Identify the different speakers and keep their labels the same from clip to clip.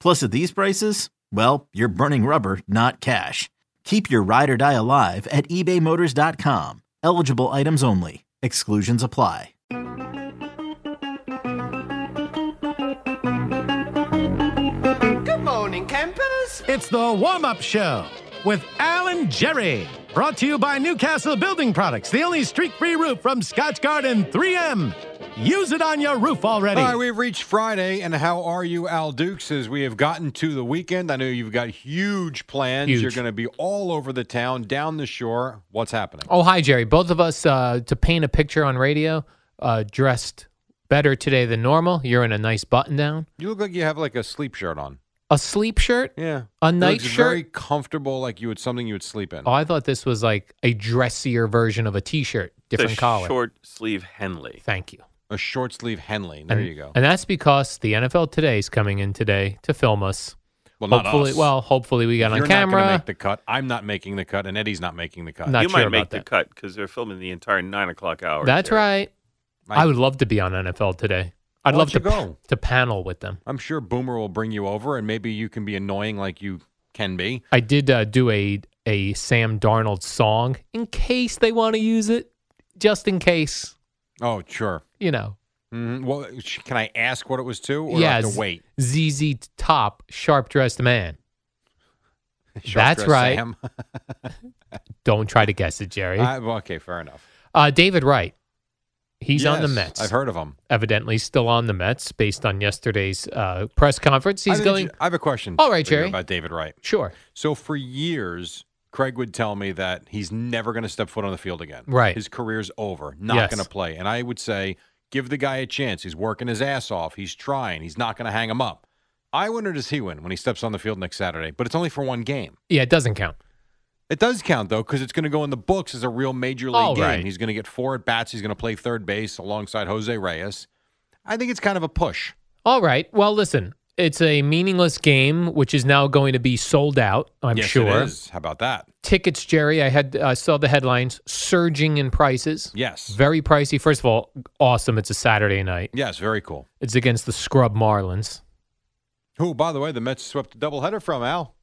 Speaker 1: Plus, at these prices, well, you're burning rubber, not cash. Keep your ride or die alive at ebaymotors.com. Eligible items only. Exclusions apply.
Speaker 2: Good morning, campers.
Speaker 3: It's the warm up show with Alan Jerry. Brought to you by Newcastle Building Products, the only streak free roof from Scotch Garden 3M. Use it on your roof already.
Speaker 4: All right, we've reached Friday, and how are you, Al Dukes? As we have gotten to the weekend, I know you've got huge plans.
Speaker 5: Huge.
Speaker 4: You're going to be all over the town, down the shore. What's happening?
Speaker 5: Oh, hi, Jerry. Both of us, uh, to paint a picture on radio, uh, dressed better today than normal. You're in a nice button down,
Speaker 4: You look like you have like a sleep shirt on.
Speaker 5: a sleep shirt.
Speaker 4: Yeah,
Speaker 5: A
Speaker 4: It
Speaker 5: night
Speaker 4: looks
Speaker 5: shirt?
Speaker 4: Very comfortable, like you would something you would sleep in.
Speaker 5: Oh, I thought this was like a dressier version of a t shirt, different
Speaker 6: the
Speaker 5: collar.
Speaker 6: Short sleeve Henley.
Speaker 5: Thank you.
Speaker 4: A short sleeve Henley. There
Speaker 5: and,
Speaker 4: you go.
Speaker 5: And that's because the NFL today is coming in today to film us.
Speaker 4: Well, not
Speaker 5: hopefully,
Speaker 4: us.
Speaker 5: well, hopefully we got
Speaker 4: You're
Speaker 5: on
Speaker 4: not going to
Speaker 5: camera.
Speaker 4: make the cut. I'm not making the cut, and Eddie's not making the cut.
Speaker 5: Not
Speaker 6: you
Speaker 5: sure
Speaker 6: might make
Speaker 5: about
Speaker 6: the
Speaker 5: that.
Speaker 6: cut because they're filming the entire nine o'clock hour.
Speaker 5: that's
Speaker 6: Jerry.
Speaker 5: right.
Speaker 4: I-
Speaker 5: I, would love to be on NFL today. I'd
Speaker 4: Why
Speaker 5: love to
Speaker 4: don't you go?
Speaker 5: to panel with them.
Speaker 4: I'm sure Boomer will bring you over, and maybe you can be annoying like you can be.
Speaker 5: I did uh, do a a Sam Darnold song in case they want to use it, just in case,
Speaker 4: Oh, sure.
Speaker 5: you know.
Speaker 4: hmm Well, sh- can I ask what it was to, or do I
Speaker 5: yeah,
Speaker 4: have
Speaker 5: Z-
Speaker 4: to wait?
Speaker 5: ZZ Top, sharp dressed man.
Speaker 4: Sharp
Speaker 5: That's
Speaker 4: dress,
Speaker 5: right.
Speaker 4: Sam.
Speaker 5: Don't try to guess it, Jerry.
Speaker 4: I, well, okay, fair enough.
Speaker 5: uh, David Wright, he's on the
Speaker 4: Yes,
Speaker 5: Mets.
Speaker 4: I've heard of him.
Speaker 5: Evidently, still on the Mets based on yesterday's uh, press conference.
Speaker 4: I
Speaker 5: He's
Speaker 4: have an
Speaker 5: going
Speaker 4: inter- I have a question.
Speaker 5: All right,
Speaker 4: for you
Speaker 5: Jerry.
Speaker 4: About David Wright.
Speaker 5: sure,
Speaker 4: So for years, Craig would tell me that he's never going to step foot on the field again.
Speaker 5: Right.
Speaker 4: His career's over. Not
Speaker 5: Yes.
Speaker 4: going to play. And I would say, give the guy a chance. He's working his ass off. He's trying. He's not going to hang him up. I wonder does he win when he steps on the field next Saturday? But it's only for one game.
Speaker 5: yeah, it doesn't count.
Speaker 4: It does count though, because it's going to go in the books as a real major league
Speaker 5: All
Speaker 4: game.
Speaker 5: right.
Speaker 4: He's going to get four at bats. He's going to play third base alongside Jose Reyes. I think it's kind of a push.
Speaker 5: All right. Well, listen, it's a meaningless game, which is now going to be sold out. I'm
Speaker 4: yes, It
Speaker 5: sure.
Speaker 4: is. How about that?
Speaker 5: tickets, Jerry. I had I saw the headlines surging in prices.
Speaker 4: Yes.
Speaker 5: Very pricey. First of all, awesome. It's a Saturday night.
Speaker 4: yes. Very cool.
Speaker 5: It's against the scrub Marlins.
Speaker 4: Who, by the way, the Mets swept a doubleheader from Al.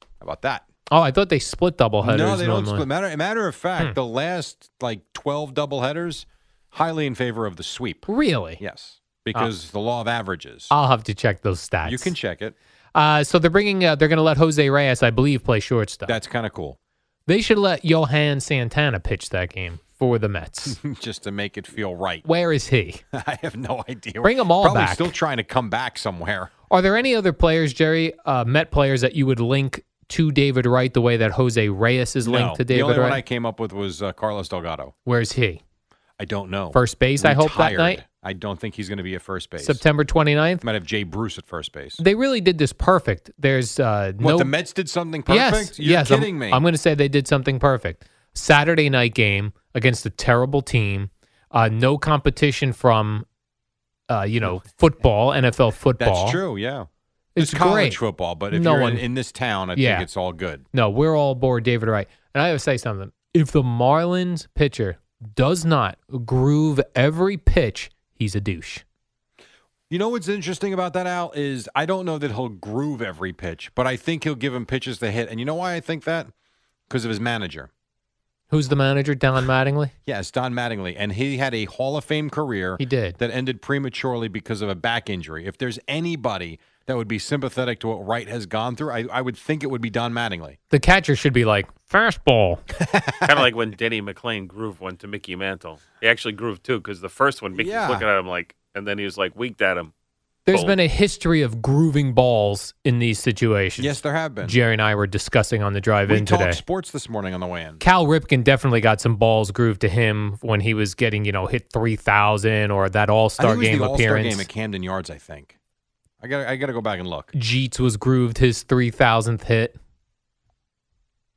Speaker 4: How about that?
Speaker 5: Oh, I thought they split doubleheaders.
Speaker 4: no, they don't
Speaker 5: normally. Hmm.
Speaker 4: split. Matter, matter of fact, the last like twelve doubleheaders, highly in favor of the sweep.
Speaker 5: Really?
Speaker 4: Yes, because the law of averages.
Speaker 5: I'll have to check those stats.
Speaker 4: you can check it.
Speaker 5: Uh, so they're bringing. Uh, they're going to let Jose Reyes, I believe, play shortstop.
Speaker 4: That's kind of cool,
Speaker 5: they should let Johan Santana pitch that game for the Mets.
Speaker 4: just to make it feel right.
Speaker 5: Where is he?
Speaker 4: I have no idea.
Speaker 5: Bring 'em all
Speaker 4: Probably
Speaker 5: back.
Speaker 4: Still trying to come back somewhere.
Speaker 5: Are there any other players, Jerry, uh, Met players that you would link to David Wright the way that Jose Reyes is linked
Speaker 4: No,
Speaker 5: to
Speaker 4: the
Speaker 5: David
Speaker 4: only
Speaker 5: Wright?
Speaker 4: one I came up with was uh, Carlos Delgado.
Speaker 5: Where's he?
Speaker 4: I don't know.
Speaker 5: First base, I hope, that
Speaker 4: Retired.
Speaker 5: night?
Speaker 4: I don't think he's going to be at first base.
Speaker 5: September 29th.
Speaker 4: Might have Jay Bruce at first base.
Speaker 5: They really did this perfect. There's uh,
Speaker 4: What
Speaker 5: no.
Speaker 4: the Mets did something
Speaker 5: Yes,
Speaker 4: perfect? You're
Speaker 5: yes, I'm-
Speaker 4: kidding me.
Speaker 5: I'm going to say they did something perfect. Saturday night game against a terrible team. Uh, no competition from, uh, you know, football, NFL
Speaker 4: That's
Speaker 5: football.
Speaker 4: true. Yeah,
Speaker 5: It's
Speaker 4: college
Speaker 5: great.
Speaker 4: football, but if
Speaker 5: No
Speaker 4: you're
Speaker 5: one-
Speaker 4: in, in this town, I
Speaker 5: Yeah.
Speaker 4: think it's all good.
Speaker 5: No, we're all aboard David Wright. And I have to say something. If the Marlins pitcher does not groove every pitch, he's a douche.
Speaker 4: You know what's interesting about that, Al, is I don't know that he'll groove every pitch, but I think he'll give him pitches to hit. And you know why I think that? Because of his manager.
Speaker 5: Who's the manager? Don Mattingly?
Speaker 4: Yes, Don Mattingly. And he had a Hall of Fame career
Speaker 5: He did.
Speaker 4: that ended prematurely because of a back injury. If there's anybody that would be sympathetic to what Wright has gone through, I, I would think it would be Don Mattingly.
Speaker 5: The catcher should be like, fastball.
Speaker 6: kind of like when Denny McLean grooved one to Mickey Mantle. He actually grooved too because the first one, Mickey
Speaker 4: Yeah.
Speaker 6: was looking at him like, and then he was like winked at him.
Speaker 5: There's
Speaker 6: Boom.
Speaker 5: been a history of grooving balls in these situations.
Speaker 4: Yes, there have been.
Speaker 5: Jerry and I were discussing on the drive
Speaker 4: we
Speaker 5: in
Speaker 4: talked
Speaker 5: today.
Speaker 4: sports this morning on the way in.
Speaker 5: Cal Ripken definitely got some balls grooved to him when he was getting, you know, hit 3,000 or that All
Speaker 4: I
Speaker 5: Star
Speaker 4: think it was
Speaker 5: game
Speaker 4: the All-Star
Speaker 5: appearance.
Speaker 4: game at Camden Yards, I think. I got I got to go back and look.
Speaker 5: Jeets was grooved his 3,000th hit.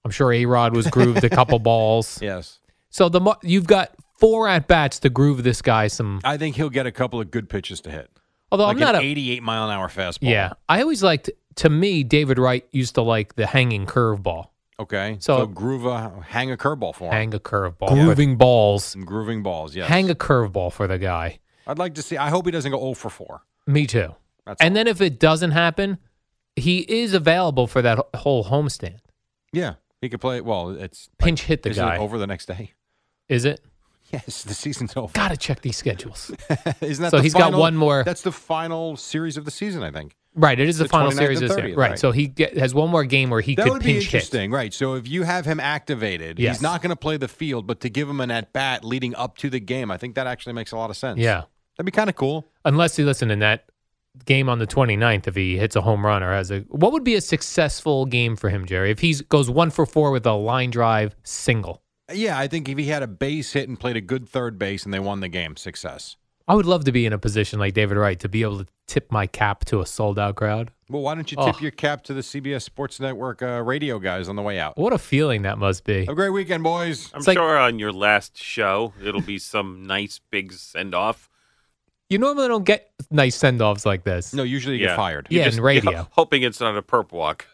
Speaker 5: I'm sure A Rod was grooved a couple balls.
Speaker 4: Yes.
Speaker 5: So the mo- you've got four at bats to groove this guy some.
Speaker 4: I think he'll get a couple of good pitches to hit.
Speaker 5: Although
Speaker 4: like
Speaker 5: I'm not
Speaker 4: an
Speaker 5: a
Speaker 4: 88 mile an hour fastball.
Speaker 5: yeah. I always liked to me David Wright used to like the hanging curveball,
Speaker 4: Okay. So,
Speaker 5: So-
Speaker 4: groove a hang a curveball for him.
Speaker 5: hang a curveball, grooving balls,
Speaker 4: Some grooving balls. Yes.
Speaker 5: hang a curveball for the guy.
Speaker 4: I'd like to see. I hope he doesn't go 0 for 4.
Speaker 5: Me too.
Speaker 4: That's
Speaker 5: and then if it doesn't happen, he is available for that wh- whole homestand.
Speaker 4: Yeah. He could play. Well, it's
Speaker 5: Pinch hit the
Speaker 4: isn't
Speaker 5: guy.
Speaker 4: It over the next day.
Speaker 5: Is it?
Speaker 4: Yes, the season's over.
Speaker 5: Got to check these schedules.
Speaker 4: Isn't that
Speaker 5: So
Speaker 4: the
Speaker 5: he's got
Speaker 4: final-
Speaker 5: one more-
Speaker 4: That's the final series of the season, I think.
Speaker 5: right. It is the,
Speaker 4: The
Speaker 5: final
Speaker 4: 29th
Speaker 5: series
Speaker 4: and
Speaker 5: this year.
Speaker 4: 30th,
Speaker 5: Right.
Speaker 4: right.
Speaker 5: So he get, has one more game where he
Speaker 4: that
Speaker 5: could
Speaker 4: would be
Speaker 5: pinch hit.
Speaker 4: interesting, right? So if you have him activated,
Speaker 5: Yes.
Speaker 4: he's not going to play the field, but to give him an at bat leading up to the game, I think that actually makes a lot of sense.
Speaker 5: Yeah.
Speaker 4: that'd be kind of cool.
Speaker 5: Unless he listen in that game on the 29th if he hits a home run or has a what would be a successful game for him, Jerry? If he goes 1 for 4 with a line drive single.
Speaker 4: Yeah, I think if he had a base hit and played a good third base and they won the game, success.
Speaker 5: I would love to be in a position like David Wright to be able to tip my cap to a sold out crowd.
Speaker 4: Well, why don't you tip
Speaker 5: Oh.
Speaker 4: your cap to the CBS Sports Network uh, radio guys on the way out?
Speaker 5: What a feeling that must be.
Speaker 4: Have a great weekend, boys.
Speaker 6: I'm
Speaker 5: It's like-
Speaker 6: sure on your last show, it'll be some nice big send off.
Speaker 5: You normally don't get nice send offs like this.
Speaker 4: No, usually you get
Speaker 6: Yeah.
Speaker 4: fired.
Speaker 5: yeah, in radio.
Speaker 6: hoping it's not a perp walk.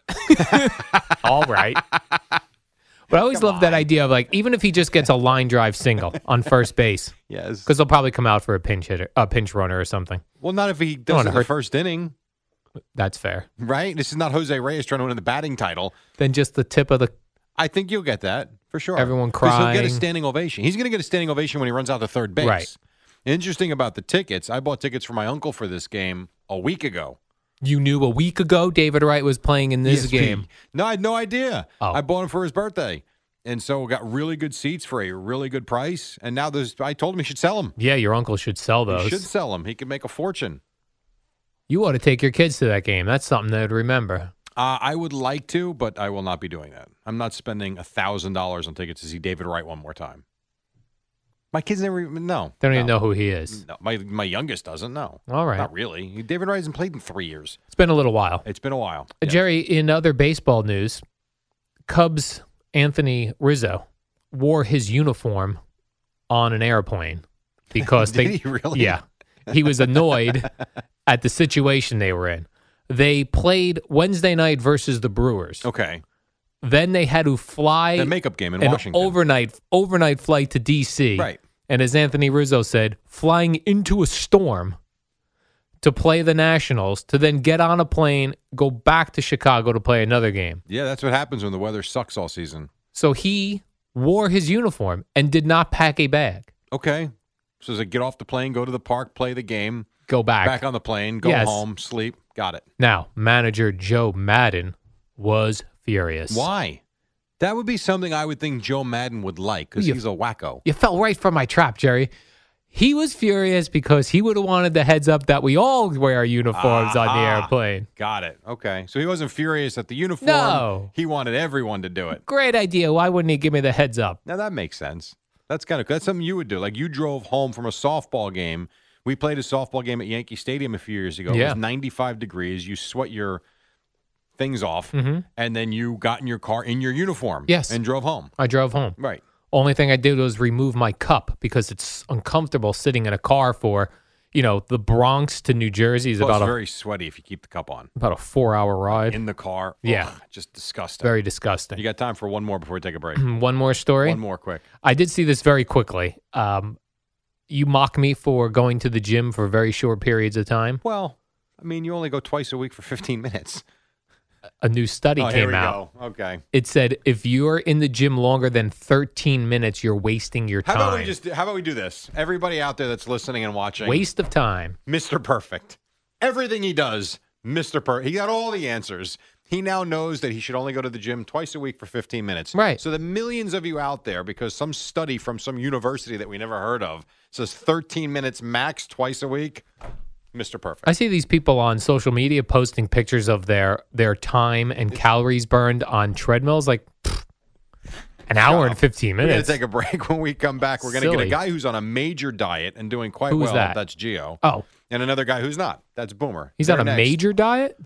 Speaker 5: All right. But I always love that idea of like, even if he just gets a line drive single on first base,
Speaker 4: Yes.
Speaker 5: because they'll probably come out for a pinch hitter, a pinch runner or something.
Speaker 4: Well, not if he
Speaker 5: wanna
Speaker 4: does it in the
Speaker 5: hurt-
Speaker 4: first inning,
Speaker 5: That's fair.
Speaker 4: right? This is not Jose Reyes trying to win the batting title.
Speaker 5: Then just the tip of the
Speaker 4: I think you'll get that for sure.
Speaker 5: Everyone
Speaker 4: 'Cause He'll get a
Speaker 5: crying.
Speaker 4: standing ovation. He's going to get a standing ovation when he runs out to third base.
Speaker 5: Right.
Speaker 4: Interesting about the tickets. I bought tickets for my uncle for this game a week ago.
Speaker 5: you knew a week ago David Wright was playing in this
Speaker 4: ESP.
Speaker 5: game.
Speaker 4: No, I had no idea.
Speaker 5: Oh.
Speaker 4: I bought him for his birthday. And so got really good seats for a really good price. And now there's, I told him he should sell them.
Speaker 5: Yeah, your uncle should sell
Speaker 4: He
Speaker 5: those.
Speaker 4: should sell them. He could make a fortune.
Speaker 5: You ought to take your kids to that game. That's something they'd remember.
Speaker 4: Uh, I would like to, but I will not be doing that. I'm not spending $1,000 on tickets to see David Wright one more time. My kids never even, no.
Speaker 5: They don't even
Speaker 4: no.
Speaker 5: know who he is.
Speaker 4: No, my my youngest doesn't. No,
Speaker 5: All right.
Speaker 4: not really. David Wright hasn't played in three years.
Speaker 5: It's been a little while.
Speaker 4: It's been a while. Yeah.
Speaker 5: Uh, Jerry, in other baseball news, Cubs Anthony Rizzo wore his uniform on an airplane because
Speaker 4: Did
Speaker 5: they
Speaker 4: he really?
Speaker 5: yeah he was annoyed at the situation they were in. They played Wednesday night versus the Brewers.
Speaker 4: Okay.
Speaker 5: Then they had to fly
Speaker 4: The makeup game in
Speaker 5: an
Speaker 4: Washington.
Speaker 5: overnight overnight flight to DC.
Speaker 4: Right.
Speaker 5: And as Anthony Rizzo said, flying into a storm to play the Nationals, to then get on a plane, go back to Chicago to play another game.
Speaker 4: yeah, that's what happens when the weather sucks all season.
Speaker 5: So he wore his uniform and did not pack a bag.
Speaker 4: Okay. So it's like get off the plane, go to the park, play the game,
Speaker 5: Go back.
Speaker 4: back on the plane, go
Speaker 5: Yes.
Speaker 4: home, sleep. Got it.
Speaker 5: now, manager Joe Madden was furious.
Speaker 4: Why? That would be something I would think Joe Madden would like because
Speaker 5: You-
Speaker 4: he's a wacko.
Speaker 5: You fell right for my trap, Jerry. He was furious because he would have wanted the heads up that we all wear our uniforms on the
Speaker 4: Aha.
Speaker 5: airplane.
Speaker 4: Got it. Okay. So he wasn't furious at the uniform.
Speaker 5: No.
Speaker 4: He wanted everyone to do it.
Speaker 5: Great idea. Why wouldn't he give me the heads up?
Speaker 4: Now that makes sense. That's kind of that's something you would do. Like you drove home from a softball game. We played a softball game at Yankee Stadium a few years ago. It
Speaker 5: Yeah.
Speaker 4: was 95 degrees. You sweat your things off,
Speaker 5: Mhm.
Speaker 4: and then you got in your car in your uniform.
Speaker 5: Yes.
Speaker 4: and drove home.
Speaker 5: I drove home.
Speaker 4: Right.
Speaker 5: Only thing I did was remove my cup because it's uncomfortable sitting in a car for, you know, the Bronx to New Jersey is
Speaker 4: Plus,
Speaker 5: about a
Speaker 4: very sweaty if you keep the cup on
Speaker 5: about a four hour ride.
Speaker 4: in the car.
Speaker 5: Yeah.
Speaker 4: Ugh, just disgusting.
Speaker 5: Very Mm-hmm.
Speaker 4: You
Speaker 5: disgusting.
Speaker 4: got time for one more before we take a break?
Speaker 5: One more story.
Speaker 4: One more quick.
Speaker 5: I did see this very quickly. Um, you mock me for going to the gym for very short periods of time.
Speaker 4: Well, I mean, you only go twice a week for 15 minutes.
Speaker 5: A new study
Speaker 4: oh,
Speaker 5: came
Speaker 4: here we
Speaker 5: out.
Speaker 4: go. Okay.
Speaker 5: It said if you're in the gym longer than 13 minutes, you're wasting your
Speaker 4: How
Speaker 5: time.
Speaker 4: about we just? How about we do this? Everybody out there that's listening and watching,
Speaker 5: Waste of time.
Speaker 4: Mr. Perfect. Everything he does, Mr. Per, he got all the answers. He now knows that he should only go to the gym twice a week for 15 minutes.
Speaker 5: Right.
Speaker 4: So the millions of you out there, because some study from some university that we never heard of says 13 minutes max twice a week, Mr. Perfect.
Speaker 5: I see these people on social media posting pictures of their their time and calories burned on treadmills, like pfft, an hour and 15
Speaker 4: We're going to
Speaker 5: minutes.
Speaker 4: take a break. When we come back, we're going to get a
Speaker 5: Silly.
Speaker 4: guy who's on a major diet and doing quite
Speaker 5: Who's
Speaker 4: well.
Speaker 5: that?
Speaker 4: That's Geo.
Speaker 5: oh,
Speaker 4: And another guy who's not. That's Boomer.
Speaker 5: he's
Speaker 4: They're
Speaker 5: on a
Speaker 4: next.
Speaker 5: major diet.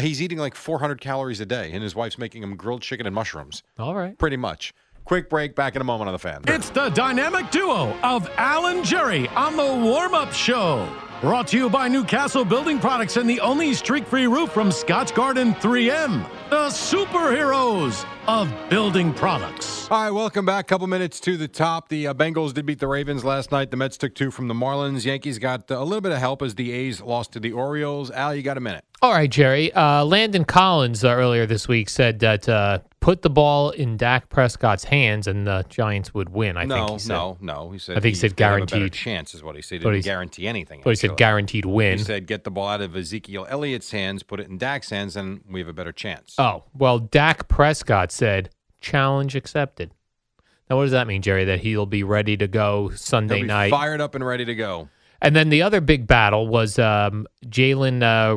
Speaker 4: He's eating like 400 calories a day, and his wife's making him grilled chicken and mushrooms.
Speaker 5: All right.
Speaker 4: Pretty much. Quick break. Back in a moment on the fan.
Speaker 3: It's the dynamic duo of Alan Jerry on the warm up show. Brought to you by Newcastle Building Products and the only streak free roof from Scotch Garden 3M, the superheroes of building products.
Speaker 4: All right, welcome back. Couple minutes to the top. The uh, Bengals did beat the Ravens last night. The Mets took two from the Marlins. Yankees got uh, a little bit of help as the A's lost to the Orioles. Al, you got a minute.
Speaker 5: All right, Jerry. Uh, Landon Collins uh, earlier this week said that uh, put the ball in Dak Prescott's hands and the Giants would win. I
Speaker 4: no,
Speaker 5: think he said.
Speaker 4: no, no. He said
Speaker 5: I think he said
Speaker 4: could have a better
Speaker 5: guaranteed.
Speaker 4: chance is what he said. He
Speaker 5: But
Speaker 4: didn't
Speaker 5: he's-
Speaker 4: guarantee anything.
Speaker 5: But he said
Speaker 4: actually.
Speaker 5: guaranteed win.
Speaker 4: He said get the ball out of Ezekiel Elliott's hands, put it in Dak's hands, and we have a better chance.
Speaker 5: oh, well, Dak Prescott said challenge accepted. Now, what does that mean, Jerry? That he'll be ready to go
Speaker 4: He'll
Speaker 5: Sunday
Speaker 4: be
Speaker 5: night?
Speaker 4: fired up and ready to go.
Speaker 5: And then the other big battle was um, Jalen uh,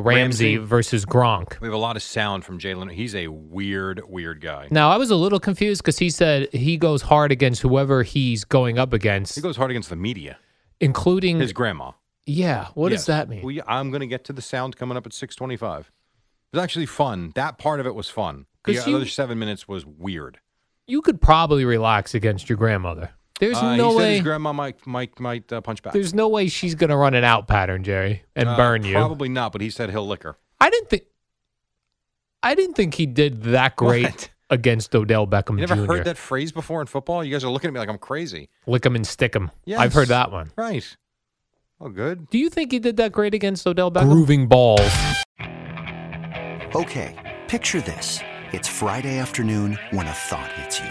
Speaker 4: Ramsey.
Speaker 5: Ramsey, versus Gronk.
Speaker 4: We have a lot of sound from Jalen. He's a weird, weird guy.
Speaker 5: Now, I was a little confused because he said he goes hard against whoever he's going up against,
Speaker 4: He goes hard against the media.
Speaker 5: including.
Speaker 4: His grandma.
Speaker 5: yeah, Hmm. what
Speaker 4: Yes.
Speaker 5: does that mean?
Speaker 4: We, I'm going to get to the sound coming up at 6:25. It was actually fun. That part of it was fun. The
Speaker 5: 'Cause you-
Speaker 4: other seven minutes was weird.
Speaker 5: you could probably relax against your grandmother. There's
Speaker 4: Uh,
Speaker 5: no
Speaker 4: he said
Speaker 5: way.
Speaker 4: his grandma might might might uh, punch back.
Speaker 5: there's no way she's gonna run an out pattern, Jerry, and
Speaker 4: Uh,
Speaker 5: burn you.
Speaker 4: Probably not. But he said he'll lick her.
Speaker 5: I didn't think. I didn't think he did that great
Speaker 4: What?
Speaker 5: against Odell Beckham
Speaker 4: You never
Speaker 5: Jr.
Speaker 4: heard that phrase before in football? You guys are looking at me like I'm crazy.
Speaker 5: Lick him and stick him.
Speaker 4: Yes.
Speaker 5: I've heard that one.
Speaker 4: Right. Oh, good.
Speaker 5: Do you think he did that great against Odell Beckham? Grooving balls.
Speaker 7: Okay, picture this. It's Friday afternoon when a thought hits you.